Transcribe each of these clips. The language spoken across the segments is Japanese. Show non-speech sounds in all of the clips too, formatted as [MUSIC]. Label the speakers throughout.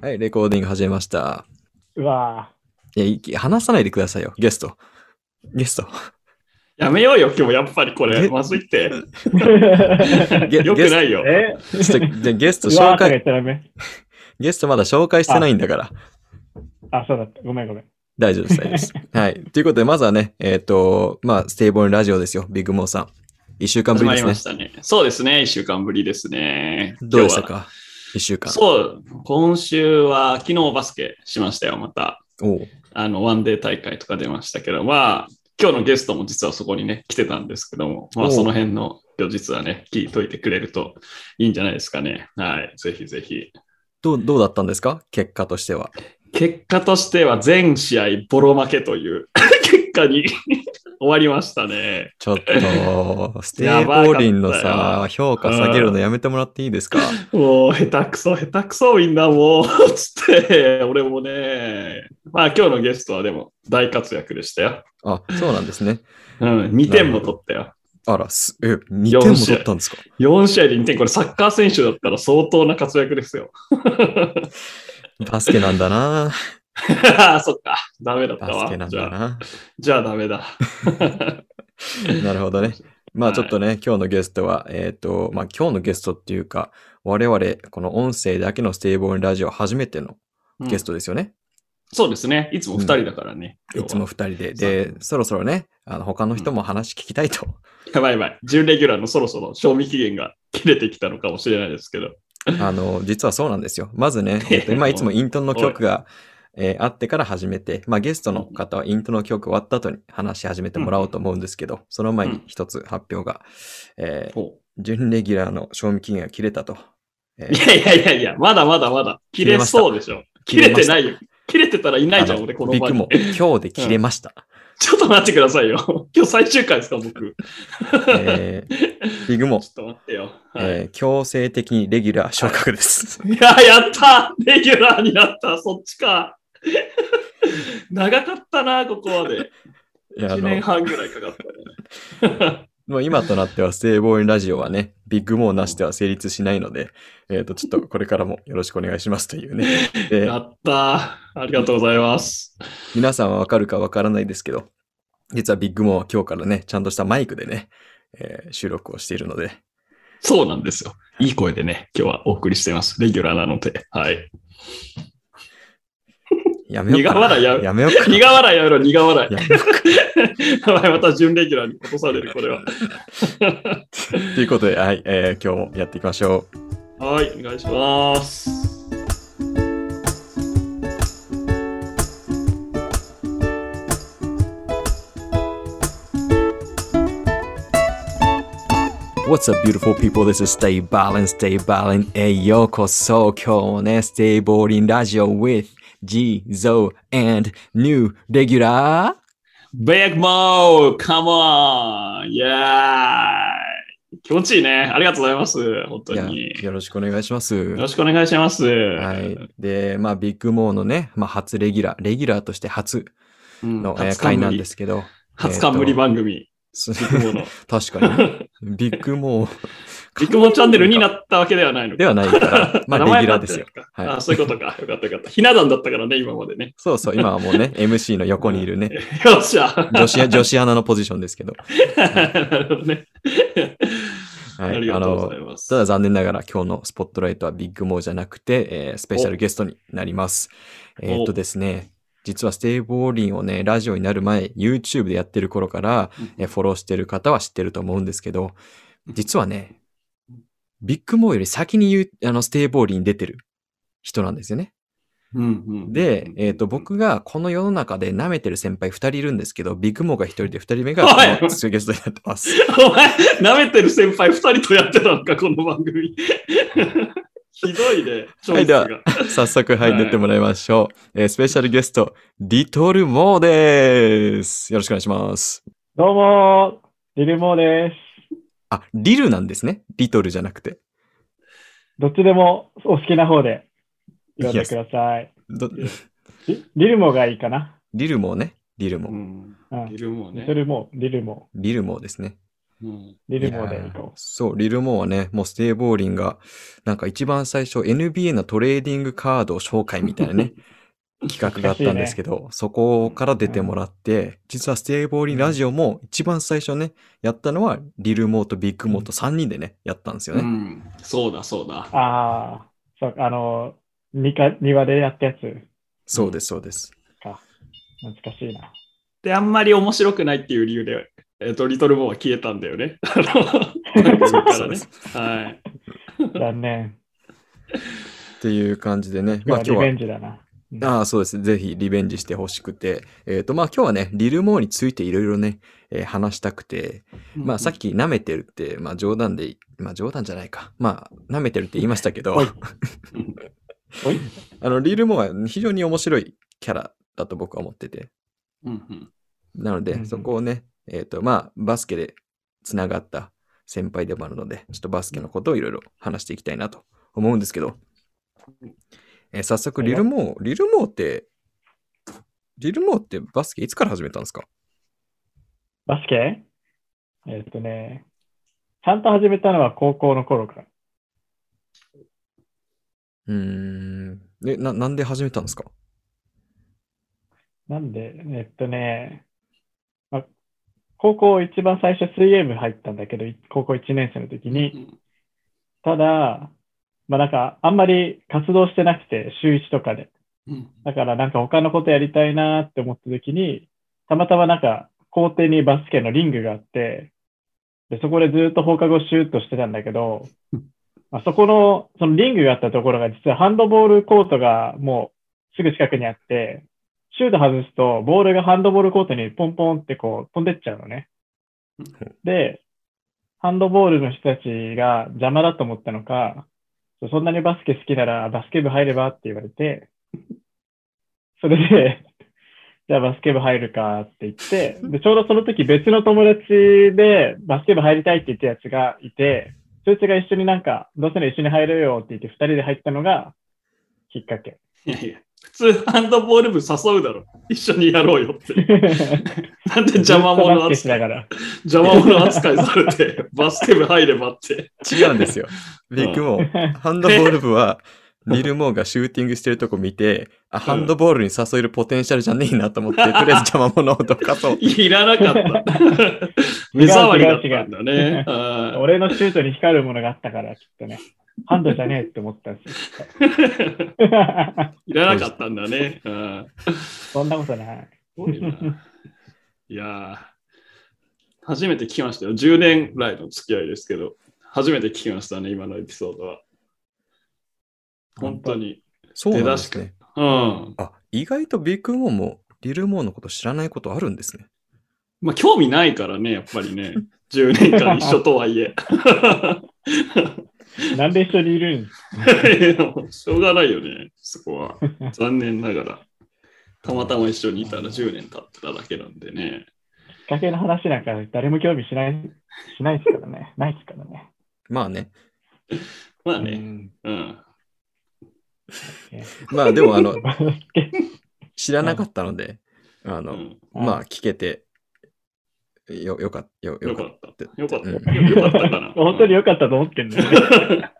Speaker 1: はい、レコーディング始めました。
Speaker 2: うわ
Speaker 1: いやいき、話さないでくださいよ、ゲスト。ゲスト。 [LAUGHS]
Speaker 3: やめようよ、今日やっぱりこれ。まずいって。
Speaker 2: ぁ。
Speaker 1: ゲ
Speaker 3: [LAUGHS] よくないよ。
Speaker 2: [LAUGHS] え
Speaker 1: ちょっとじゃあゲスト
Speaker 2: う
Speaker 1: 紹
Speaker 2: わーとか言
Speaker 1: 介、
Speaker 2: っちゃダメ。
Speaker 1: ゲストまだ紹介してないんだから、
Speaker 2: あ、そうだった。ごめんごめん。
Speaker 1: 大丈夫です、大丈夫
Speaker 3: [LAUGHS]
Speaker 1: です。はい。ということで、まずはね、えっ、と、まあ、ステイボーンラジオですよ、ビッグモーさん。一週間ぶり
Speaker 3: 始ま
Speaker 1: で
Speaker 3: り
Speaker 1: す
Speaker 3: ま
Speaker 1: ね
Speaker 3: し。たね。そうですね、一週間ぶりですね。
Speaker 1: どうでした
Speaker 3: 今
Speaker 1: か一週
Speaker 3: 日
Speaker 1: 間。
Speaker 3: はそう、今週は昨日バスケしましたよ、また。
Speaker 1: おう
Speaker 3: あの、ワンデー大会とか出ましたけど、まあ、今日のゲストも実はそこにね、来てたんですけども、ま
Speaker 1: お
Speaker 3: あ、
Speaker 1: う
Speaker 3: その辺の今日実はね、聞いといてくれるといいんじゃないですかね。はい、ぜひぜひ。
Speaker 1: どう、どうだったんですか結果としては。
Speaker 3: 結果としては全試合ボロ負けという [LAUGHS] 結果に終わりましたね。
Speaker 1: ちょっ
Speaker 3: [LAUGHS]
Speaker 1: と、ステイボーリンの
Speaker 3: やばかった
Speaker 1: さ
Speaker 3: よ、
Speaker 1: 評価下げるのやめてもらっていいですか
Speaker 3: もう、下手くそ、下手くそ、みんなもう、 [LAUGHS] つって、俺もね、まあ今日のゲストはでも大活躍でしたよ。
Speaker 1: あ、そうなんですね。
Speaker 3: うん、2点も取ったよ。
Speaker 1: あら、す、え、2点も取ったんですか
Speaker 3: 4試合で2点、これサッカー選手だったら相当な活躍ですよ。 [LAUGHS]
Speaker 1: バスケなんだな
Speaker 3: そっか、ダメだった
Speaker 1: バスケな
Speaker 3: わ。
Speaker 1: ん
Speaker 3: じ
Speaker 1: だ
Speaker 3: ゃあ、
Speaker 1: な。
Speaker 3: じゃあダメだ。 [LAUGHS]
Speaker 1: なるほどね。まあ
Speaker 3: はい
Speaker 1: ちょっとね、今日のゲストは、えっ、と、まあ今日のゲストっていうか、我々、この音声だけのステイボーンラジオ初めての
Speaker 3: うん
Speaker 1: ゲストですよね。
Speaker 3: そうですね、いつも2人だからね。
Speaker 1: いつも
Speaker 3: 今日
Speaker 1: 二人で。で、そろそろね、あの他の人も話聞きたいと。
Speaker 3: は [LAUGHS] やばいやばい、準レギュラーのそろそろ賞味期限が切れてきたのかもしれないですけど。
Speaker 1: あの、実はそうなんですよ。まず
Speaker 3: [LAUGHS]
Speaker 1: ね、えっと今いつもイントンの曲が、えーあってから始めて、まあゲストの方はイントンの曲終わった後に話し始めてもらおうと思うんですけど、その前に一つ発表が、えー
Speaker 3: ほ
Speaker 1: 準レギュラーの賞味期限が切れたと。え
Speaker 3: うい
Speaker 1: ー
Speaker 3: やいやいやいや、まだまだまだ、切れそうでしょ。切れてないよ。切れてたらいないじゃ
Speaker 1: あ
Speaker 3: ん、
Speaker 1: の
Speaker 3: 俺、この
Speaker 1: ビ
Speaker 3: 場
Speaker 1: ッグ
Speaker 3: に
Speaker 1: も。今日で切れました。
Speaker 3: ちょっと待ってくださいよ。今日最終回ですか、僕。
Speaker 1: え
Speaker 3: [LAUGHS]
Speaker 1: ービッグも
Speaker 3: ちょ、っと待ってよ。はい
Speaker 1: えー強制的にレギュラー昇格です。
Speaker 3: [LAUGHS] いや、やったレギュラーになったそっちか。長かったな、ここまで。
Speaker 1: いやあ
Speaker 3: 1年
Speaker 1: の
Speaker 3: 半ぐらいかかったね。
Speaker 1: もう今となっては、ステイボーインラジオはね、ビッグモーなしでは成立しないので、えっ、と、ちょっとこれからもよろしくお願いしますという
Speaker 3: [LAUGHS]
Speaker 1: ね。で
Speaker 3: やったありがとうございます。
Speaker 1: 皆さんはわかるかわからないですけど、実はビッグモーは今日からね、ちゃんとしたマイクでね、えー収録をしているので、
Speaker 3: そうなんですよ。いい声でね、今日はお送りしてます。レギュラーなので。はい。
Speaker 1: やめようかな。
Speaker 3: 苦笑いや
Speaker 1: めようかな。
Speaker 3: 苦笑いやめろ、苦笑い。
Speaker 1: やめようか
Speaker 3: [LAUGHS] やばいまた準レギュラーに落とされる、こ
Speaker 1: [LAUGHS]
Speaker 3: れは。
Speaker 1: ということで、はい、えー今日もやっていきましょう。
Speaker 3: はい、お願いします。
Speaker 1: What's up, beautiful people? This is Stay Balance, Stay Balance. えーようこそ今日もね、Stay Boring Radio with Jizo and New Regular.
Speaker 3: Big Mo! Come on! Yeah! 気持ちいいね。ありがとうございます。本当に。
Speaker 1: よろしくお願いします。
Speaker 3: よろしくお願いします。
Speaker 1: は。
Speaker 3: はい
Speaker 1: で、まあ、ビッグモーのね、まあ、初レギュラー、レギュラーとして初の、えー
Speaker 3: 初
Speaker 1: 回なんで
Speaker 3: 冠
Speaker 1: すけど、
Speaker 3: 初冠番組。
Speaker 1: す
Speaker 3: ビ
Speaker 1: [LAUGHS]
Speaker 3: ッグモの。
Speaker 1: 確かにね、ビッグモー、
Speaker 3: ビッグモチャンネ
Speaker 1: [LAUGHS]
Speaker 3: ルになったわけではないの
Speaker 1: で
Speaker 3: か。
Speaker 1: はないから、
Speaker 3: [LAUGHS]
Speaker 1: まあ、レギュラーですよ。
Speaker 3: 名前だったのか。
Speaker 1: はい
Speaker 3: あそういうことか。よかったよかった。ひな壇だったからね、今までね。
Speaker 1: そうそう、今はもうね、MC の横にいるね、
Speaker 3: よっしゃ。
Speaker 1: 女子、女子アナのポジションですけど、
Speaker 3: なるほどね。
Speaker 1: は
Speaker 3: [LAUGHS] あり
Speaker 1: い。あ
Speaker 3: がとうご
Speaker 1: の
Speaker 3: ざい、ます
Speaker 1: た。だ残念ながら今日のスポットライトはビッグモーじゃなくて、えースペシャルゲストになります。
Speaker 3: お
Speaker 1: えーっとですね、実はステイボーリンをね、ラジオになる前、YouTube でやってる頃から、えーフォローしてる方は知ってると思うんですけど、実はね、ビッグモーより先に言うあのステイボーリンに出てる人なんですよね。
Speaker 3: うんうん
Speaker 1: で、えーっと、、僕がこの世の中で舐めてる先輩2人いるんですけど、ビッグモーが1人で2人目がこ
Speaker 3: おい
Speaker 1: のゲストになってます。
Speaker 3: [LAUGHS] お前、舐めてる先輩二人とやってたのか、この番組。 [LAUGHS] ひど [LAUGHS] いね、チョイスが。
Speaker 1: は早速、はい、
Speaker 3: はい
Speaker 1: 出てもらいましょう。えースペシャルゲスト、リトルモーです。よろしくお願いします。
Speaker 2: どうもー、リルモーです。
Speaker 1: あ、リルなんですね。リトルじゃなくて。
Speaker 2: どっちでもお好きな方で呼んでください。
Speaker 1: ど
Speaker 2: リリルモーがいいかな。
Speaker 1: リルモーね。リルモ
Speaker 3: う
Speaker 1: ー。
Speaker 3: ん
Speaker 2: うん
Speaker 3: いるもん
Speaker 2: リ
Speaker 3: ね
Speaker 2: ト。ルモー、リルモ
Speaker 1: リルモーですね。
Speaker 3: うん。
Speaker 2: リルモーで行こ
Speaker 1: そう、リルモーはね、もうステイボーリンが、なんか一番最初 NBA のトレーディングカード紹介みたいな
Speaker 2: [LAUGHS]
Speaker 1: ね、企画があったんですけど、そこから出てもらって、実はステイボーリンラジオも一番最初ね、やったのはリルモーとビッグモーと3人でね、やったんですよ
Speaker 3: う
Speaker 1: ね。
Speaker 3: ん、そうだ、そうだ
Speaker 2: う。。ああ、そう、あの、二か庭でやったやつ、
Speaker 1: そうです、そうです。
Speaker 2: 懐かしいな。
Speaker 3: で、あんまり面白くないっていう理由で、えっと、リトルボーンは消えたんだよね。 [LAUGHS] あの番組からね。はい。
Speaker 2: 残 [LAUGHS] 念。
Speaker 1: っていう感じでね、まあ今
Speaker 2: 今日
Speaker 1: 日
Speaker 2: はリ
Speaker 1: は
Speaker 2: ベンジだな。うん
Speaker 1: ああ、そうです。ぜひリベンジしてほしくて。えっ、と、まあ今日はね、リルモーについていろいろね、えー話したくて、まあさっき舐めてるって、まあ冗談で、まあ冗談じゃないか。まあ舐めてるって言いましたけど [LAUGHS]
Speaker 2: はい、
Speaker 3: おい。
Speaker 1: あの、リルモーは非常に面白いキャラだと僕は思ってて。
Speaker 3: うんうん
Speaker 1: なの
Speaker 2: うんう
Speaker 1: で、
Speaker 2: ん
Speaker 1: そこをね、えっ、と、まあバスケでつながった先輩でもあるので、ちょっとバスケのことをいろいろ話していきたいなと思うんですけど、えー早速、リルモー、リルモーって、リルモーってバスケいつから始めたんですか
Speaker 2: バスケえーっとね、ちゃんと始めたのは高校の頃から。
Speaker 1: うーん。え、な、なんで始めたんですか
Speaker 2: なんで、えっとね、ま、高校一番最初水泳部入ったんだけど、い高校1年生の時に、ただ、まあなんかあんまり活動してなくて、週1とかで。
Speaker 3: うん
Speaker 2: だからなんか他のことやりたいなーって思った時に、たまたまなんか校庭にバスケのリングがあって、でそこでずっと放課後シュートしてたんだけど、まあ、そこの、そのリングがあったところが実はハンドボールコートがもうすぐ近くにあって、シュート外すとボールがハンドボールコートにポンポンってこう飛んでっちゃうのね。で、ハンドボールの人たちが邪魔だと思ったのか、そんなにバスケ好きならバスケ部入ればって言われて、それで、 [LAUGHS] じゃあバスケ部入るかって言っ
Speaker 3: [LAUGHS]
Speaker 2: て、で、ちょうどその時別の友達でバスケ部入りたいって言ったやつがいて、そいつが一緒になんか、どうせなら一緒に入ろうよって言って二人で入ったのがきっか
Speaker 3: [LAUGHS]
Speaker 2: け。
Speaker 3: いやいや、普通ハンドボール部誘うだろ。一緒にやろうよって。なんで邪魔
Speaker 2: ずっと
Speaker 3: 者
Speaker 2: バスケし
Speaker 3: 扱、
Speaker 2: ないがら。
Speaker 3: 邪魔者扱いされて、バスケ部入ればって。
Speaker 1: 違うんですよ。 [LAUGHS] ビッグモー。ハンドボール部は、リルモーがシューティングしてるとこ見て、あ、ハンドボールに誘えるポテンシャルじゃねえなと思 [LAUGHS] って、とりあえず邪魔者をどかそう。
Speaker 3: いらなかった。目障りだったんだね。は
Speaker 2: 俺のシュートに光るものがあったから、きっとね。ハンドじゃねえって思ったんですよ。 [LAUGHS]
Speaker 3: いいらなかったんだね。うん
Speaker 2: そんなことない。
Speaker 3: すごいないやー初めて聞きましたよ。10年来の付き合いですけど、初めて聞きましたね、今のエピソードは。本当に。
Speaker 1: そうなんですね。
Speaker 3: うん。
Speaker 1: あ、意外とビッグモーも、リルモーのこと知らないことあるんですね。
Speaker 3: まあ、興味ないからね、やっぱりね。10年間一緒とはいえ。
Speaker 2: なんで一緒にいるん
Speaker 3: しょうがないよね、そこ [LAUGHS] は。残念ながら。たまたま一緒にいたら10年経ってただけなんでね。
Speaker 2: きっかけの話なんか誰も興味しない、しないですからね。ないですからね。
Speaker 1: まあ
Speaker 3: [LAUGHS]
Speaker 1: ね。
Speaker 3: まあ
Speaker 2: う
Speaker 3: ね、
Speaker 2: ん
Speaker 3: うん。
Speaker 1: まあでも、あの、
Speaker 2: バスケ
Speaker 1: 知らなかったので、あ
Speaker 3: う
Speaker 1: の、
Speaker 3: ん
Speaker 1: まあ聞けて、よ、よかった、よ、よ
Speaker 3: よ
Speaker 1: か
Speaker 3: か
Speaker 1: っ
Speaker 3: った。よかった。
Speaker 1: う
Speaker 3: よかったか [LAUGHS] な。
Speaker 2: 本当に良かったと思ってんだよね。
Speaker 3: ま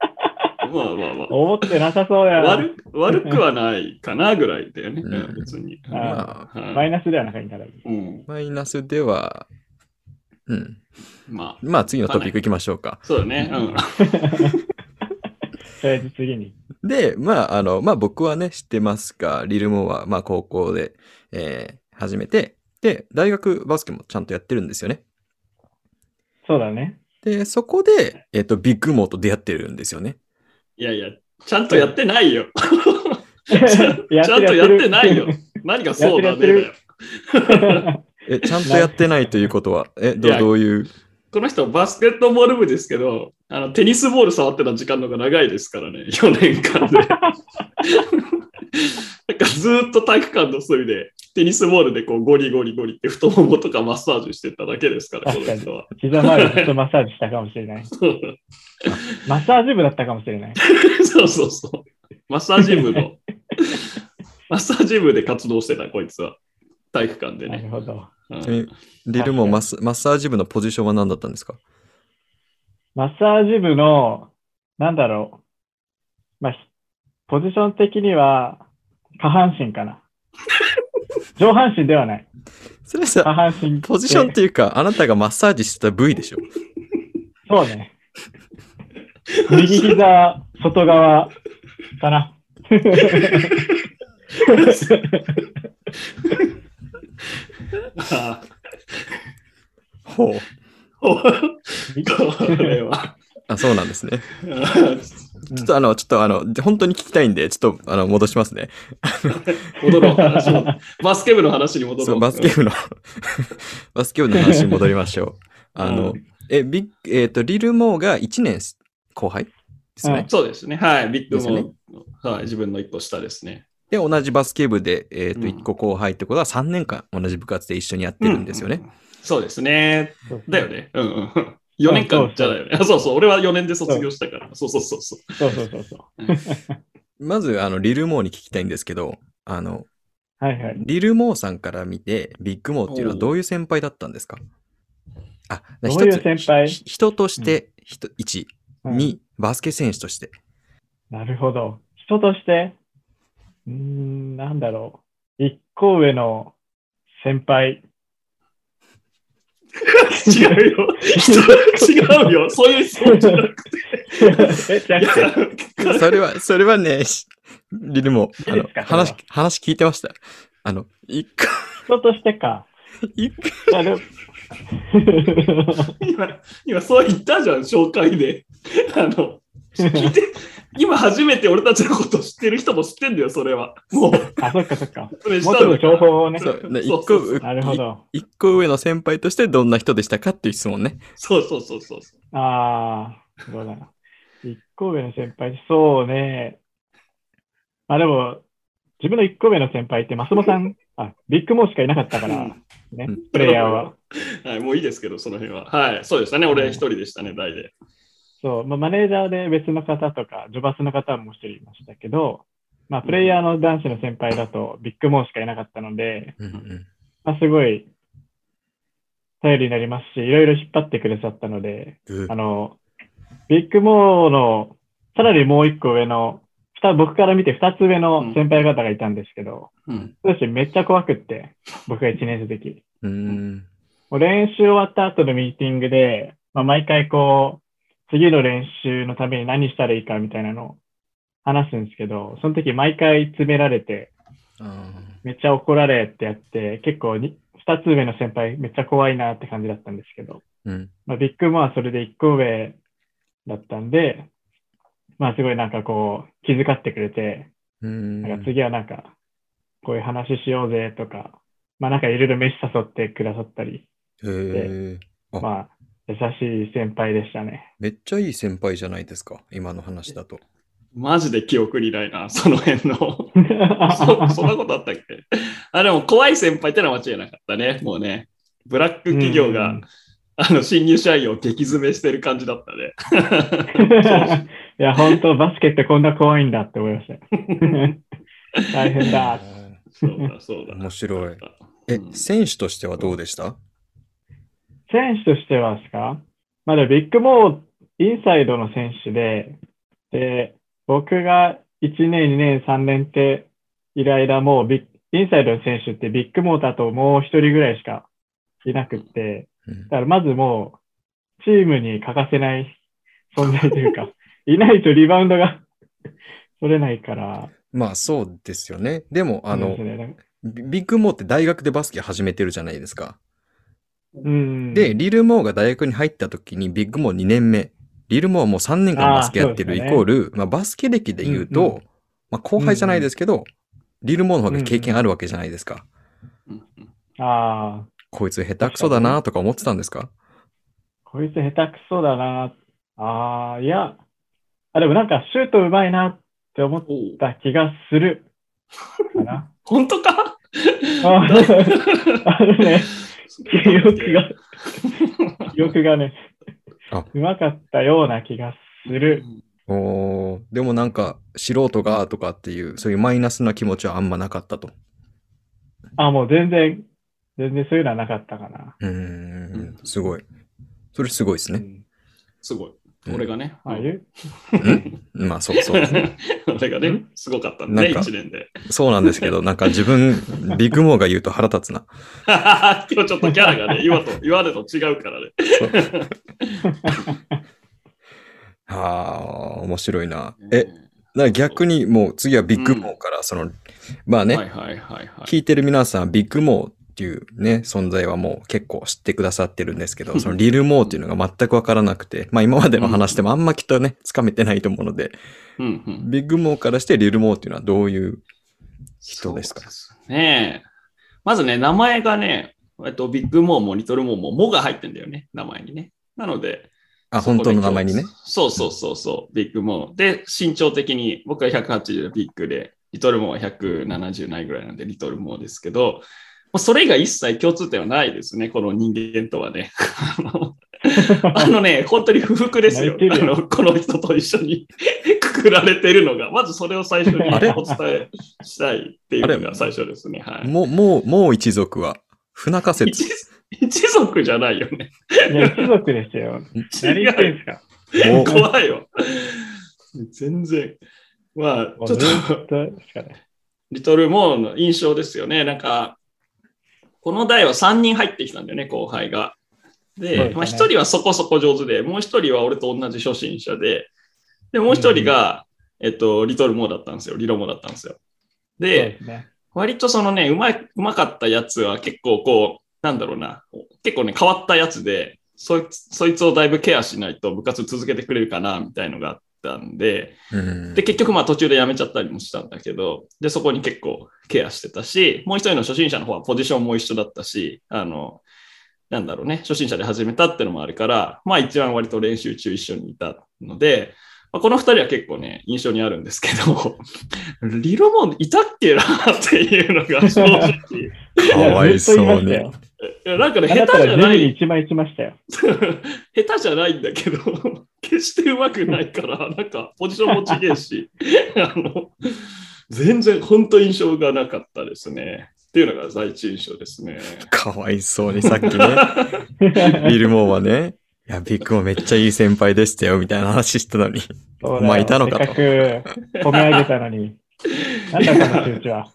Speaker 3: あまあまあ。
Speaker 2: 思ってなさそうや。
Speaker 3: 悪悪くはないかなぐらいだよね、
Speaker 1: うん
Speaker 3: 別に。
Speaker 1: た。
Speaker 2: あ
Speaker 1: まあ、
Speaker 3: はい
Speaker 2: マイナスではなかったら。
Speaker 3: うん、
Speaker 1: マイナスでは、うん。
Speaker 3: まあ、
Speaker 1: まあ次のトピック行きましょうか。
Speaker 3: そうだね。うん。
Speaker 2: とりあえず次に。
Speaker 1: で、まあ、あの、まあ僕はね、知ってますが、リルモは、まあ高校で、えー始めて、で、大学バスケもちゃんとやってるんですよね。
Speaker 2: そうだね。
Speaker 1: で、そこで、えっ、と、ビッグモーと出会ってるんですよね。
Speaker 3: いやいや、ちゃんとやってないよ。
Speaker 2: ちゃん
Speaker 3: ちゃんとやってない [LAUGHS] よ。何がそうだねだ
Speaker 2: や
Speaker 3: よ。
Speaker 1: え、ちゃんとやってないということは、え、ど
Speaker 3: いや
Speaker 1: どういう、
Speaker 3: この人バスケットボール部ですけど、あのテニスボール触ってた時間の方が長いですからね、4年 [LAUGHS] 間で。なんかずーっと体育館の隅で、テニスボールでこうゴリゴリゴリって太ももとかマッサージしてただけですから、この人は。
Speaker 2: [LAUGHS]
Speaker 3: [LAUGHS]
Speaker 2: 膝周りずっとマッサージしたかもしれない。マッサージ部だったかもしれない。
Speaker 3: そうそうそう。マッサージ
Speaker 1: [LAUGHS]
Speaker 3: 部の、マッサージ部で活動してた、こいつは。体育館で
Speaker 2: な
Speaker 3: ね。
Speaker 2: るほど。
Speaker 3: うん
Speaker 1: ちなみにリルモーマスマッサージ部のポジションは何だったんですか
Speaker 2: マッサージ部の、なんだろう。まあ、ひポジション的には、下半身かな。上半身ではない。
Speaker 1: それ
Speaker 2: 下
Speaker 1: さ、
Speaker 2: 半身。
Speaker 1: ポジションっていうか、あなたがマッサージしてた部位でしょ。
Speaker 2: そうね。右膝外側かな。
Speaker 3: [LAUGHS] あ
Speaker 1: ほう。
Speaker 3: ーこれは。 [LAUGHS]
Speaker 1: あ、そうなんですね。
Speaker 3: あー
Speaker 1: ちょっとあの、ちょっとあの、本当に聞きたいんで、ちょっとあの、戻しますね。
Speaker 3: 戻ろう話
Speaker 1: [LAUGHS]
Speaker 3: を。バスケ部の話に戻ろ。
Speaker 1: そうう、バスケ
Speaker 3: [LAUGHS]
Speaker 1: 部の、バスケ部の話に戻りましょう。あの
Speaker 3: う、
Speaker 1: え、ビッグえっ、と、リル・モーが1年後輩ですね。
Speaker 2: うん
Speaker 3: そうですね。はい。ビッグ
Speaker 1: です
Speaker 3: も、はい、自分の一個下ですね。
Speaker 1: で、同じバスケ部で、えっ、と、
Speaker 3: うん
Speaker 1: 1個後輩ってことは3年間同じ部活で一緒にやってるんですよね。
Speaker 3: うそうですね。
Speaker 2: そう
Speaker 3: だよね。うんうん。4年間じゃないよね。あそうそう。俺は4年で卒業したから。そうそうそうそう。
Speaker 2: そうそうそうそう。
Speaker 1: まず、あの、リル・モーに聞きたいんですけど、あの、
Speaker 2: はいはい。
Speaker 1: リル・モーさんから見て、ビッグモーっていうのはどういう先輩だったんですかあ、
Speaker 2: どういう先輩
Speaker 1: ひ人として、人、1、
Speaker 2: うん
Speaker 1: 2、バスケ選手として。
Speaker 2: なるほど。人として、うーん、なんだろう。一個上の先輩。
Speaker 3: 違うよ。違うよ。そういうそうじゃなくて。
Speaker 2: え、違う
Speaker 1: それは、それはね、 [LAUGHS] しリルも、あ
Speaker 2: いい
Speaker 1: の
Speaker 2: です、かそれは
Speaker 1: 話、話聞いてました。あの、一回、
Speaker 2: 人としてか。
Speaker 1: 一回、
Speaker 2: なる
Speaker 3: 今、今そう言ったじゃん、紹介で。あの、聞いて、今初めて俺たちのこと知ってる人も知ってんだよ、それは。もう、
Speaker 2: あ、そっか [LAUGHS] そっか。
Speaker 3: それし
Speaker 2: もう
Speaker 3: た
Speaker 2: ち
Speaker 3: ん
Speaker 2: ょ
Speaker 3: だ
Speaker 2: っと情報 [LAUGHS] をね。
Speaker 1: そう、ね、
Speaker 3: そ
Speaker 1: 一
Speaker 3: う
Speaker 1: 個
Speaker 3: そうそう
Speaker 1: [LAUGHS] 上、
Speaker 2: なるほど。
Speaker 1: 一個上の先輩としてどんな人でしたかっていう質問ね。
Speaker 3: そうそうそうそう。
Speaker 2: ああ、どうだな。一個上の先輩、そうね。まあでも、自分の一個上の先輩って、マスモ
Speaker 1: [LAUGHS]
Speaker 2: さん、あ、ビッグモーしかいなかったから、ね
Speaker 1: うん、
Speaker 2: プレイヤーは。
Speaker 3: はい、もういいですけど、その辺は。はい、そうでしたね。俺一人でしたね、大で。
Speaker 2: そう、まあ、マネージャーで別の方とか、ジョバスの方も一人いましたけど、まあ、プレイヤーの男子の先輩だと、ビッグモーしかいなかったので、
Speaker 1: うんうん。
Speaker 2: まあ、すごい、頼りになりますし、いろいろ引っ張ってくださったので、
Speaker 1: う
Speaker 2: [LAUGHS] あの、ビッグモーの、さらにもう一個上の、ふた僕から見て二つ上の先輩方がいたんですけど、
Speaker 3: うん。
Speaker 2: その人めっちゃ怖くって、僕が一年生の時。
Speaker 1: ーん。
Speaker 2: もう練習終わった後のミーティングで、まあ、毎回こう、次の練習のために何したらいいかみたいなのを話すんですけど、その時毎回詰められて、
Speaker 1: あー
Speaker 2: めっちゃ怒られってやって、結構に二つ上の先輩めっちゃ怖いなって感じだったんですけど、
Speaker 1: うん。
Speaker 2: まあ、ビッグモアはそれで一個上だったんで、まあすごいなんかこう気遣ってくれて、
Speaker 1: うーん。
Speaker 2: なんか次はなんかこういう話しようぜとか、まあなんかいろいろ飯誘ってくださったり、
Speaker 1: へーあ
Speaker 2: まあ優しい先輩でしたね。
Speaker 1: めっちゃいい先輩じゃないですか。今の話だと。
Speaker 3: マジで記憶にないな、その辺の。そ
Speaker 2: [LAUGHS]
Speaker 3: そんなことあったっけあ、でも怖い先輩ってのは間違いなかったね、もうね。ブラック企業が、
Speaker 2: うん
Speaker 3: あの新入社員を激詰めしてる感じだったね。
Speaker 2: [LAUGHS] いや本当バスケってこんな怖いんだって思いましたよ。 [LAUGHS] 大変だ。
Speaker 3: そうだ、そうだ。
Speaker 1: 面白い。
Speaker 3: う
Speaker 1: え、
Speaker 3: ん
Speaker 1: 選手としてはどうでした
Speaker 2: 選手としてはですかまだビッグモー、インサイドの選手で、で、僕が1年、2年、3年っている間もうビッ、インサイドの選手ってビッグモーだともう1人ぐらいしかいなくって、
Speaker 1: うん
Speaker 2: だからまずもう、チームに欠かせない存在という
Speaker 1: [LAUGHS]
Speaker 2: か、いないとリバウンドが取れないから、
Speaker 1: まあそうですよね。でも、あ
Speaker 2: そう
Speaker 1: の
Speaker 2: です、ねなんか
Speaker 1: ビビッグモーって大学でバスケ始めてるじゃないですか。
Speaker 2: うん、
Speaker 1: で、リル・モーが大学に入った時にビッグモー2年目。リル・モーはもう3年間バスケやってる
Speaker 2: あー
Speaker 1: イ
Speaker 2: そう
Speaker 1: コ
Speaker 2: ですよね
Speaker 1: ール、まあ、バスケ歴で言うと、
Speaker 2: うんうん
Speaker 1: まあ、後輩じゃないですけど、リル・モーの方が経験あるわけじゃないですか。
Speaker 3: うん
Speaker 2: ああ、
Speaker 1: こいつ下手くそだなとか思ってたんですか
Speaker 2: こいつ下手くそだな。ああ、いや。あ、でもなんかシュートうまいなって思っ
Speaker 3: おう
Speaker 2: た気がする。かな。
Speaker 3: 本当か
Speaker 2: あ
Speaker 3: [LAUGHS]
Speaker 2: あのね、記憶が、記憶がね
Speaker 1: あ、
Speaker 2: うまかったような気がする。
Speaker 1: おーでもなんか、素人がとかっていう、そういうマイナスな気持ちはあんまなかったと。
Speaker 2: あ、もう全然、全然そういうのはなかったかな。
Speaker 1: うーん、すごい。それすごいです
Speaker 2: う
Speaker 1: ね。
Speaker 2: ん
Speaker 3: すごい。
Speaker 1: うん
Speaker 3: 俺がね。
Speaker 2: ああいう
Speaker 1: まあそうそう。
Speaker 3: [LAUGHS] 俺がね、すごかったんで
Speaker 1: な
Speaker 3: ね、
Speaker 1: んか
Speaker 3: 1年で。 [LAUGHS]
Speaker 1: そうなんですけど、なんか自分、ビッグモーが言うと腹立つな。
Speaker 3: 今日ちょっとキャラがね、今と、今までと違うからね。
Speaker 1: ああ、面白いな。え、だから逆にもう次はビッグモーから、その、まあね、
Speaker 3: はいはいはいはい。
Speaker 1: 聞いてる皆さん、ビッグモーっていうね、存在はもう結構知ってくださってるんですけ
Speaker 3: [LAUGHS]
Speaker 1: ど、そのリルモーっていうのが全くわからなくて、まあ今までの話でもあんまきっとね、つかめてないと思うので、
Speaker 3: うんうん
Speaker 1: ビッグモーからしてリルモーっていうのはどういう、人ですか
Speaker 3: そうねえまずね、名前がね、えっと、ビッグモーもリトルモーも、モが入ってんだよね、名前にね。なので、
Speaker 1: あ、
Speaker 3: そこで
Speaker 1: 本当の名前にね。。
Speaker 3: そうそうそうそう、ビッグモー。で、身長的に、僕は180でビッグで、リトルモーは170ないぐらいなんで、リトルモーですけど、もうそれ以外一切共通点はないですね、この人間とはね。 [LAUGHS] あのあのね、本当に不服ですよ。
Speaker 2: 泣いて
Speaker 3: あ
Speaker 2: るよ
Speaker 3: のこの人と一緒に [LAUGHS] くくられてるのが、まずそれを最初に
Speaker 1: あれ
Speaker 3: お伝えしたいっていう
Speaker 1: あ
Speaker 3: の
Speaker 1: れ
Speaker 3: が最初ですね。はい、
Speaker 1: もう、もう、もう一族は、船仮説
Speaker 3: 一。一族じゃないよ
Speaker 1: [LAUGHS]
Speaker 3: ね。
Speaker 2: いや、一族ですよ。何
Speaker 3: [LAUGHS] 違
Speaker 2: 言ってん
Speaker 3: う。
Speaker 2: すか
Speaker 1: もう
Speaker 3: [LAUGHS] [LAUGHS] 怖いよ。全然。まあ、ち
Speaker 2: ず
Speaker 3: ょっと [LAUGHS]
Speaker 2: っ。とですかね。
Speaker 3: リトルモーの印象ですよね。なんか、この代は3人入ってきたんだよね、後輩が。で、
Speaker 2: はい
Speaker 3: まあ、1人はそこそこ上手で、もう1人は俺と同じ初心者で、で、もう1人が、えっと、リトルモーだったんですよ、リロモーだったんですよ。
Speaker 2: そう
Speaker 3: で、
Speaker 2: ですね。
Speaker 3: 割とそのね、うまい、うまかったやつは結構こう、なんだろうな、結構ね、変わったやつで、そいつそいつをだいぶケアしないと部活続けてくれるかな、みたいのがあったんで、
Speaker 1: うん
Speaker 3: で、結局まあ途中で辞めちゃったりもしたんだけど、で、そこに結構ケアしてたし、もう一人の初心者の方はポジションも一緒だったし、あの、なんだろうね、初心者で始めたってのもあるから、まあ一番割と練習中一緒にいたので、まあこの二人は結構ね、印象にあるんですけど、リロもいたっけなっていうのが正直。い
Speaker 1: かわいそうに。
Speaker 3: やなんかね、
Speaker 2: いやずっ
Speaker 3: 下
Speaker 2: と言いましたよあなたは
Speaker 3: 手じゃな
Speaker 2: 全
Speaker 3: い
Speaker 2: に一枚しま
Speaker 1: [LAUGHS]
Speaker 2: したよ。
Speaker 3: [LAUGHS] 下手じゃないんだけど、 [LAUGHS] 決して上手くないから、なんかポジションもちげえし、 [LAUGHS] あの、全然本当印象がなかったですね。っていうのが第一印象ですね。
Speaker 1: かわいそうに、さっきね。
Speaker 3: [LAUGHS]
Speaker 1: ビルモーはね、いや、ビッグモーめっちゃいい先輩でしたよ、みたいな話してたの
Speaker 3: [LAUGHS]
Speaker 1: に。お前いたのかと
Speaker 2: せっかく褒め上げた
Speaker 1: [LAUGHS]
Speaker 2: のに。なんだこの数値は。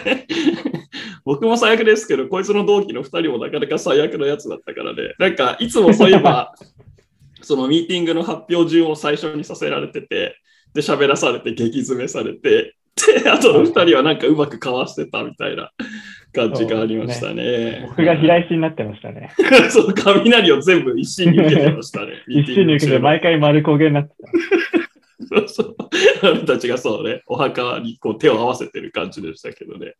Speaker 3: [LAUGHS] 僕も最悪ですけど、こいつの同期の2人もなかなか最悪のやつだったからね。なんか、いつもそういえば、 [LAUGHS] そのミーティングの発表順を最初にさせられてて、で、喋らされて、激詰めされて、で、あとの2人はなんかうまくかわしてたみたいな感じがありましたね。
Speaker 2: 僕が平石になってましたね。
Speaker 3: [LAUGHS] そう、雷を全部一身に受けてましたね。
Speaker 2: [LAUGHS] 一瞬に受けて毎回丸焦げになってた。
Speaker 3: そうそう。俺たちがそうね、お墓にこう手を合わせてる感じでしたけどね。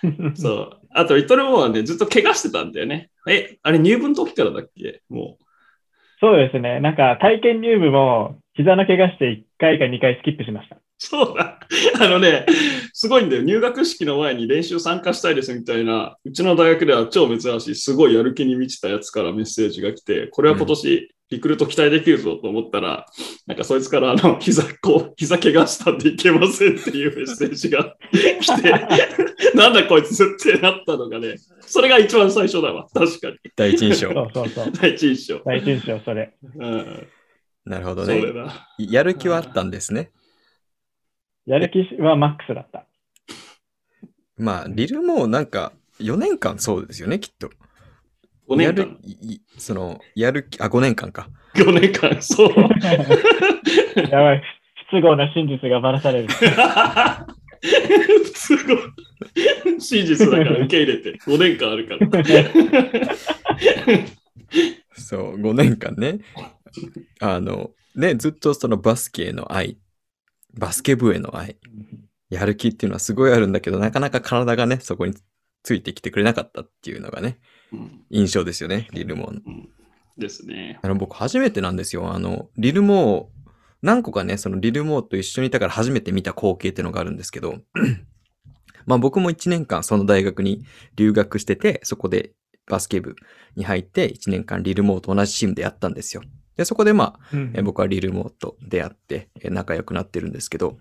Speaker 2: そう
Speaker 3: そう。あと、リトルモーはね、ずっと怪我してたんだよね。え、あれ入部の時からだっけも
Speaker 2: そうですね。なんか体験入部も膝の怪我して1回か2回スキップしました。
Speaker 3: う。そうだ。 [LAUGHS] あのね、すごいんだよ。入学式の前に練習参加したいですみたいな、うちの大学では超珍しい、すごいやる気に満ちたやつからメッセージが来て、これは今年、リクルート期待できるぞと思ったら、なんかそいつからあの、膝、こう、膝怪我したんでいけませんっていうメッセージが [LAUGHS] 来て、なんだこいつってなったのがね、それが一番最初だわ。確かに。
Speaker 1: 第一印象。
Speaker 2: そうそうそう。
Speaker 3: 第一印象。
Speaker 2: 第一印象それ。
Speaker 3: うん。
Speaker 1: なるほど
Speaker 3: そう
Speaker 1: ね
Speaker 3: だ。な。
Speaker 1: やる気はあったんですね。
Speaker 2: やる気はマックスだった。
Speaker 1: まあ、リルもなんか、4年間そうですよね、きっと。
Speaker 3: 5
Speaker 1: や
Speaker 3: 年
Speaker 1: る
Speaker 3: 間。、
Speaker 1: いいその、やる気、あ、5年間か。
Speaker 3: 5年間、
Speaker 1: [LAUGHS]
Speaker 3: そう。
Speaker 2: やばい。不都合な真実がばらされる。
Speaker 3: すごい。真実だから受け入れて、5年間あるから。
Speaker 1: そう、5年間ね。あの、ね、ずっとそのバスケへの愛、バスケ部への愛、やる気っていうのはすごいあるんだけど、なかなか体がね、そこについてきてくれなかったっていうのがね、
Speaker 3: うん
Speaker 1: 印象ですよね、リルモーの。
Speaker 3: ですね。
Speaker 1: あの、僕初めてなんですよ。あの、リルモー、何個かね、そのリルモーと一緒にいたから初めて見た光景っていうのがあるんですけど、 [CLEARS THROAT] まあ僕も1年間その大学に留学してて、そこでバスケ部に入って1年間リルモーと同じチームでやったんですよ。で、そこでまあ、
Speaker 2: うん
Speaker 1: え僕はリルモーと出会ってえ仲良くなってるんですけど、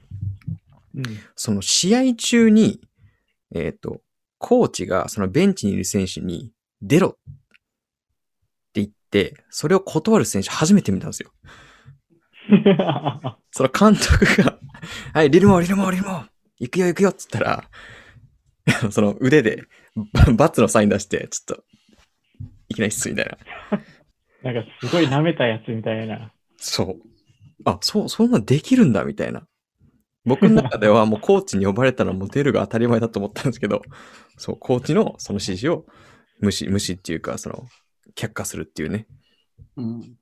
Speaker 2: うん
Speaker 1: その試合中に、えっ、と、コーチがそのベンチにいる選手に、出ろって言っって、それを断る選手初めて見たんですよ。その監督が、 [LAUGHS] はい、リルモー、リルモー、リルモー、行くよ、行くよって言ったら、そ [LAUGHS] の腕で、ババツのサイン出して、ちょっと、いきなりっす、みたいな。
Speaker 2: なんかすごい舐めたやつみたいな。
Speaker 1: そう。あ、そう、そんなんできるんだ、みたいな。僕の中で [LAUGHS] はもうコーチに呼ばれたらもう出るが当たり前だと思ったんですけど、そう、コーチのその指示を無視、無視っていうか、その、却下するっていうね。
Speaker 3: うん。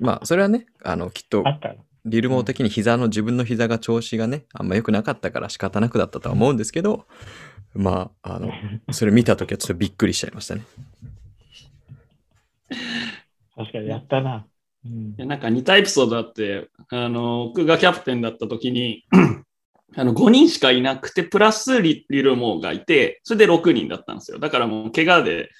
Speaker 1: まあ、それはね、あの、きっと
Speaker 2: あ、ったの。
Speaker 1: リルモー的に膝の、自分の膝が調子がね、あんま良くなかったから仕方なくだったとは思うんですけど、まあ、あの、それ見たときはちょっとびっくりしちゃいましたね。
Speaker 2: 確かにやったな。うん
Speaker 3: いやなんか似たエピソードあって、あの、僕がキャプテンだった時に、 [CLEARS THROAT] あの、5人しかいなくて、プラスリリルモーがいて、それで6人だったんですよ。だからもう、怪我で、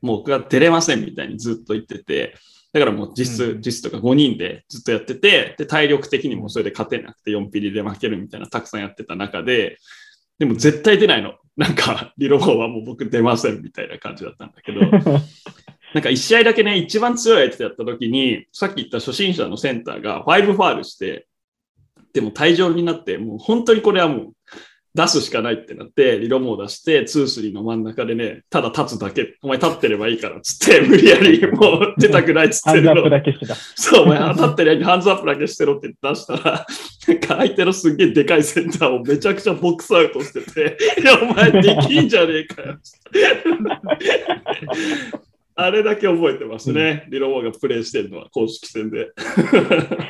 Speaker 3: もう僕が出れませんみたいにずっと言ってて、だからもう実
Speaker 2: う
Speaker 3: 質、
Speaker 2: ん
Speaker 3: 実質とか5人でずっとやってて、で、体力的にもそれで勝てなくて、4ピリで負けるみたいな、たくさんやってた中で、でも絶対出ないの。なんか、リルモーはもう僕出ませんみたいな感じだったんだけど、なんか1試合だけね、一番強い相手だった時に、さっき言った初心者のセンターが5ファールして、でも退場になって、もう本当にこれはもう出すしかないってなって、リロモを出して、ツースリーの真ん中でね、ただ立つだけ、お前立ってればいいからっつって、無理やりもう出たくないっつっ
Speaker 2: ハ
Speaker 3: て
Speaker 2: ンズ
Speaker 3: る
Speaker 2: アップ
Speaker 3: の。
Speaker 2: だけしてた。
Speaker 3: そう、お前立ってるやにハンズアップだけしてろって出したら、なんか相手のすっげえでかいセンターをめちゃくちゃボックスアウトしてて、いや、お前できんじゃねえかよ。あれだけ覚えてますね。リロモーがプレイしてるのは公式戦で。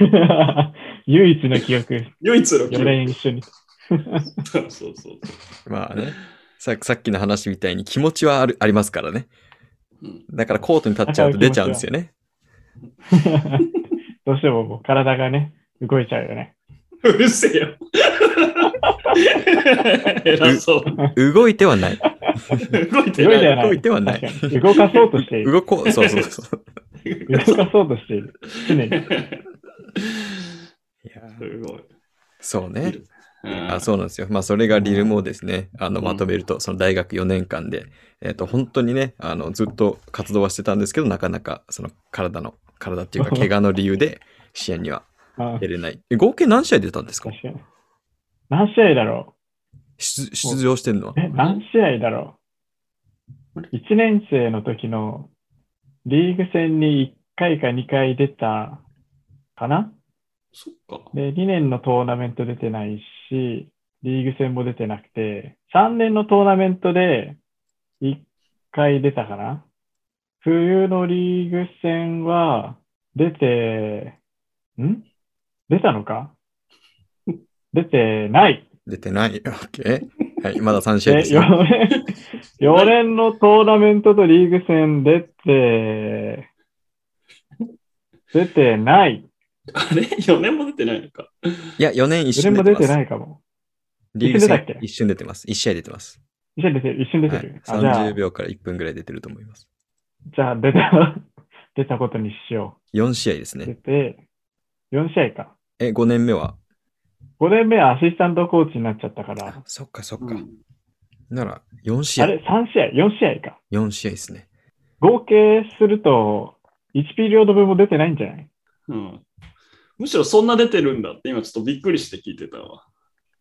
Speaker 2: [LAUGHS] 唯一の記憶、
Speaker 3: 唯一の
Speaker 2: 4
Speaker 3: 記憶。
Speaker 2: 年一 [LAUGHS] 緒に。
Speaker 3: そうそうそう。
Speaker 1: まあね、ささっきの話みたいに気持ちはあるありますからね。
Speaker 3: うん
Speaker 1: だからコートに立っちゃうと出ちゃうんですよね。
Speaker 2: どうしてももう体がね、動いちゃうよね。
Speaker 3: うるせえよ。偉そう。
Speaker 1: 動いては
Speaker 2: [LAUGHS]
Speaker 1: ない。
Speaker 3: 動いて
Speaker 2: 動いては
Speaker 3: ない。
Speaker 2: ない。
Speaker 1: 動いてはない
Speaker 2: 確かに動かそうとしている。
Speaker 1: 動こう、そうそうそう。
Speaker 2: [LAUGHS] 動かそうとしている。常 [LAUGHS] に。
Speaker 1: いや
Speaker 3: すごい。
Speaker 1: そうね。
Speaker 3: うん
Speaker 1: あそうなんですよ。まあ、それがリルモーですね。あの、まとめると、その大学4年間で、えっ、と、本当にね、あの、ずっと活動はしてたんですけど、なかなか、その、体の、体っていう
Speaker 2: [LAUGHS]
Speaker 1: か、怪我の理由で、支援には
Speaker 2: あ
Speaker 1: 出れない。え合計何試合出たんですか
Speaker 2: 確かに。何試合だろ
Speaker 1: 出出場してんのは
Speaker 2: う。え、何試合だろう。1年生の時のリーグ戦に1回か2回出たかな
Speaker 3: そっか。
Speaker 2: で、2年のトーナメント出てないし、リーグ戦も出てなくて、3年のトーナメントで1回出たかな冬のリーグ戦は出て、ん出たのか [LAUGHS] 出てない。
Speaker 1: 出てない。OK。はい、まだ3試合
Speaker 2: え、
Speaker 1: ですよ。
Speaker 2: 4年、4年のトーナメントとリーグ戦出て、出てない。
Speaker 3: あれ ?4 年も出てないのか。
Speaker 1: いや、4年一
Speaker 2: 4
Speaker 1: 瞬
Speaker 2: 年も
Speaker 1: 出
Speaker 2: 出
Speaker 1: て
Speaker 2: て
Speaker 1: ま
Speaker 2: な
Speaker 1: す。
Speaker 2: いかも。
Speaker 1: リーグ
Speaker 2: 一瞬出た
Speaker 1: 戦
Speaker 2: っけ
Speaker 1: 一瞬出てます。1試合出てます。
Speaker 2: 一瞬出てる、一瞬出
Speaker 1: は
Speaker 2: て
Speaker 1: い
Speaker 2: る。、あじゃあ
Speaker 1: 30秒から1分ぐらい出てると思います。
Speaker 2: じゃあ、出た、 [LAUGHS] 出たことにしよ
Speaker 1: 4試合です
Speaker 2: う。出
Speaker 1: ね。
Speaker 2: て、4試合か。
Speaker 1: え、5年目は
Speaker 2: 5年目はアシスタントコーチになっちゃったから
Speaker 1: あ、、そっかそっ
Speaker 3: う
Speaker 1: か。
Speaker 3: ん
Speaker 1: なら、4試
Speaker 2: あ
Speaker 1: 合。
Speaker 2: れ、3試合、4試合か。
Speaker 1: 4試合ですね。
Speaker 2: 合計すると、1ピリオド分も出てないんじゃない
Speaker 3: うんむしろそんな出てるんだって今ちょっとびっくりして聞いてたわ。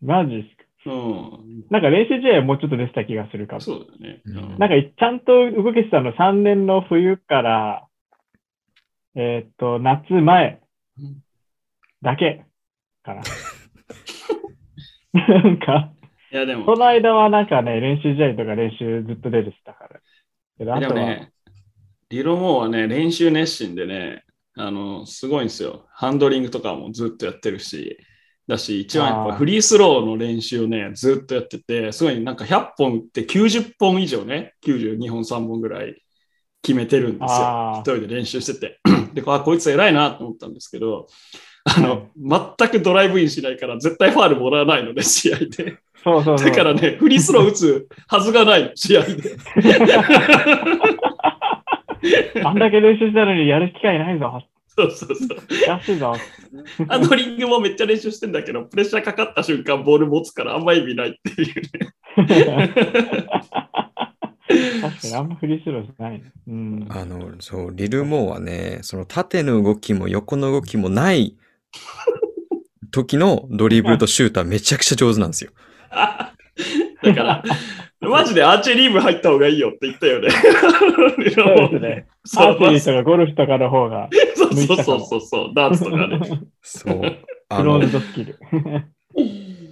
Speaker 2: マジっすか。
Speaker 3: うん。
Speaker 2: なんか練習試合はもうちょっと出てた気がするかも。
Speaker 3: そうだよね。
Speaker 1: うん
Speaker 2: なんか、ちゃんと動けてたの3年の冬から、えーっと、夏前
Speaker 3: うん
Speaker 2: だけかな。 [LAUGHS] なんか、
Speaker 3: いやで
Speaker 2: そ
Speaker 3: も、
Speaker 2: の間はなんかね、練習試合とか練習ずっと出てたから。けど、あ
Speaker 3: で
Speaker 2: と
Speaker 3: も
Speaker 2: は、
Speaker 3: ね、リロモーはね、練習熱心でね、あの、すごいんですよ。ハンドリングとかもずっとやってるし、だし、一番やっ
Speaker 2: あー
Speaker 3: ぱフリースローの練習をね、ずっとやってて、すごいなんか100本打って90本以上ね、92本3本ぐらい決めてるんですよ。一
Speaker 2: ああ、
Speaker 3: 人で練習してて、 [CLEARS THROAT] で、あ、こいつ偉いなと思ったんですけど、あの、全くドライブインしないから、絶対ファールもらわないので、試合で。
Speaker 2: そうそうそう。
Speaker 3: だからね、フリースロー打つはずがない、試合
Speaker 2: [LAUGHS]
Speaker 3: で。
Speaker 2: あんだけ練習したのにやる機会ないぞ。
Speaker 3: そうそうそう。
Speaker 2: おかしい
Speaker 3: [LAUGHS]
Speaker 2: ぞ。
Speaker 3: ハンドリングもめっちゃ練習してんだけど、プレッシャーかかった瞬間、ボール持つからあんま意味ないっていうね。
Speaker 2: 確かにあんまフリースローじゃないね。うん。
Speaker 1: あの、そう、リルモーはね、その縦の動きも横の動きも
Speaker 2: [LAUGHS]
Speaker 1: ない時のドリブルとシュートはめちゃくちゃ上手なんですよ。
Speaker 3: [LAUGHS] だから、マジでアーチェリー部入った方がいいよって言ったよね。
Speaker 2: そうですね。
Speaker 3: [LAUGHS] そ
Speaker 2: ア
Speaker 3: う
Speaker 2: ーチェリーとかゴルフとかの方が、
Speaker 3: そうそうそうそうそう、ダーツとかね。
Speaker 2: [LAUGHS]
Speaker 1: そう。あ
Speaker 2: クロー
Speaker 1: の
Speaker 2: ズ、ドスキル。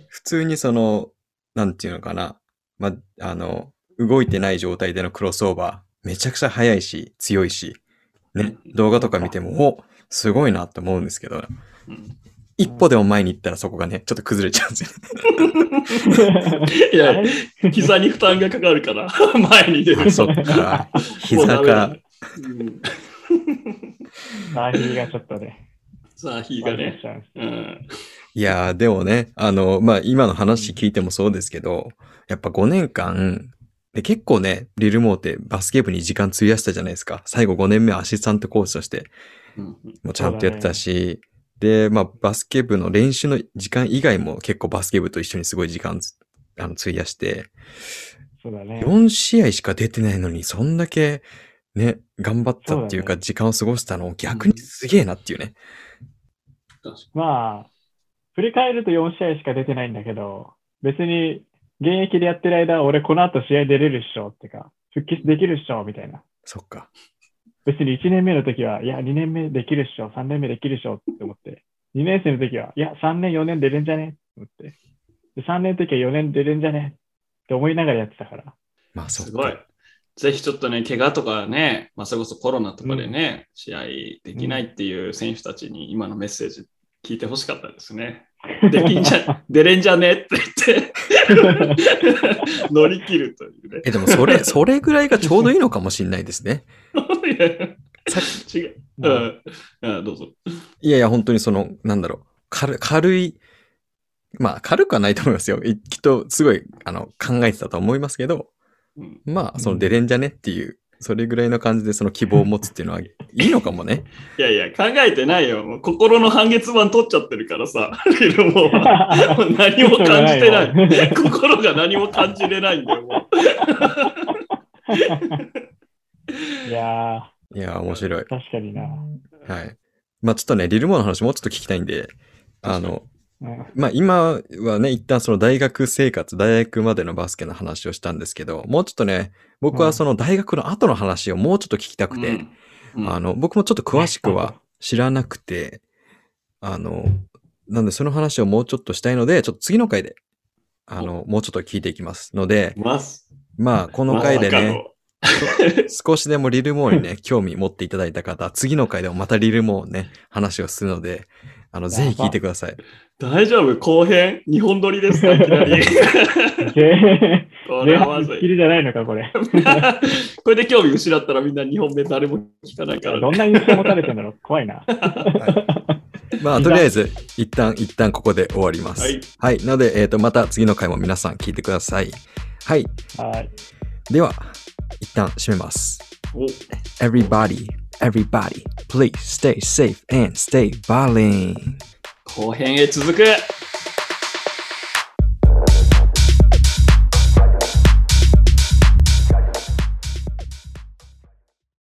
Speaker 1: 普通にその、なんていうのかな。ま、あの、動いてない状態でのクロスオーバー、めちゃくちゃ速いし、強いし、ね、動画とか見ても、おすごいなと思うんですけど、
Speaker 3: うん
Speaker 1: 一歩でも前に行ったらそこがね、ちょっと崩れちゃうんですよね。
Speaker 3: い
Speaker 2: あ
Speaker 3: や、
Speaker 2: れ
Speaker 3: 膝に負担がかかるから、 [LAUGHS] 前に
Speaker 2: [LAUGHS]
Speaker 3: 出る
Speaker 1: そっか。膝か。
Speaker 3: うん
Speaker 2: サーヒーがちょっとね、
Speaker 3: さあ、火がね。
Speaker 2: ちゃうんです
Speaker 3: うん。
Speaker 1: いやー、でもね、あの、まあ、今の話聞いてもそうですけど、やっぱ5年間、で結構ね、リルモーってバスケ部に時間費やしたじゃないですか。最後5年目はアシスタントコーチとして、
Speaker 3: うん
Speaker 1: もうちゃんとやってたし、で、まあ、バスケ部の練習の時間以外も結構バスケ部と一緒にすごい時間つあの費やして、
Speaker 2: そうだね。
Speaker 1: 4試合しか出てないのに、そんだけ、ね、頑張ったっていう
Speaker 2: そ
Speaker 1: か、
Speaker 2: うだ
Speaker 1: 時間を過ごしたの、逆にすげえなっていうね。
Speaker 2: まあ、振り返ると4試合しか出てないんだけど、別に現役でやってる間、俺この後試合出れるっしょってか、復帰できるっしょみたいな。
Speaker 1: そっか。
Speaker 2: 別に1年目の時は、いや、2年目できるっしょ、3年目できるっしょって思って、2年生の時は、いや、3年、4年出れんじゃねって思って、で3年の時は4年出れんじゃねって思いながらやってたから、
Speaker 1: まあ、そっか。
Speaker 3: すごい。ぜひちょっとね、怪我とかね、まあ、それこそコロナとかでね、試合できないっていう選手たちに今のメッセージ聞いてほしかったで
Speaker 1: [LAUGHS]
Speaker 3: すね。できんじゃ、出れんじゃねって言って、 [LAUGHS] 乗り切るというね。
Speaker 1: え、でもそれ、それぐらいがちょうどいいのかもしれないですね。
Speaker 3: い
Speaker 1: [LAUGHS]
Speaker 3: や違う。う
Speaker 2: ま
Speaker 3: [LAUGHS]
Speaker 2: あ
Speaker 3: ん。うんどうぞ。
Speaker 1: いやいや、本当にその、なんだろう、軽軽い、まあ軽くはないと思いますよ。いきっとすごい、あの、考えてたと思いますけど、
Speaker 3: うん
Speaker 1: まあ、その出れんじゃねっていう、それぐらいの感じでその希望を持つっていうのはいいのかもね。
Speaker 3: いやいや、考えてないよ。もう心の半月板取っちゃってるからさ。 [LAUGHS] けどもうもう何も感じてない。心が何も感じれないんだよ、も
Speaker 2: いや
Speaker 1: いや、面白い。
Speaker 2: ー、確かにな。
Speaker 3: う。
Speaker 1: はい。まあちょっとね、リルモの話もうちょっと聞きたいんで、あの、
Speaker 2: うん
Speaker 1: まあ今はね、一旦その大学生活、大学までのバスケの話をしたんですけど、もうちょっとね、僕はその大学の後の話をもうちょっと聞きたくて、
Speaker 3: うん、うん
Speaker 1: あの、僕もちょっと詳しくは知らなくて、あの、なんでその話をもうちょっとしたいので、ちょっと次の回で、あの、もうちょっと聞いていきますので、
Speaker 3: ます。
Speaker 1: まあ、この回でね、少しでもリルモー [LAUGHS] にね、興味持っていただいた方、次の回でもまたリルモーね、話をするので、あの、ぜひ聞いてください。
Speaker 3: 大丈夫後編、日本撮りです [LAUGHS] かいきなり。
Speaker 2: で
Speaker 3: こ
Speaker 2: 前
Speaker 3: れはま
Speaker 2: 半
Speaker 3: ず
Speaker 2: スッキ
Speaker 3: い。
Speaker 2: リじゃないのか、これ。
Speaker 3: [LAUGHS] これで興味失ったらみんな日本目誰も聞かないから、
Speaker 2: どんな印象持たれてんだろう怖いな。
Speaker 1: まあ、とりあえず、一旦、一旦ここで終わります。
Speaker 3: はい。
Speaker 1: はい。なので、えっ、と、また次の回も皆さん聞いてください。はい。
Speaker 2: はい。
Speaker 1: では、一旦閉めます。
Speaker 3: お
Speaker 1: Everybody, everybody, please stay safe and stay violent.
Speaker 3: 後編へ続く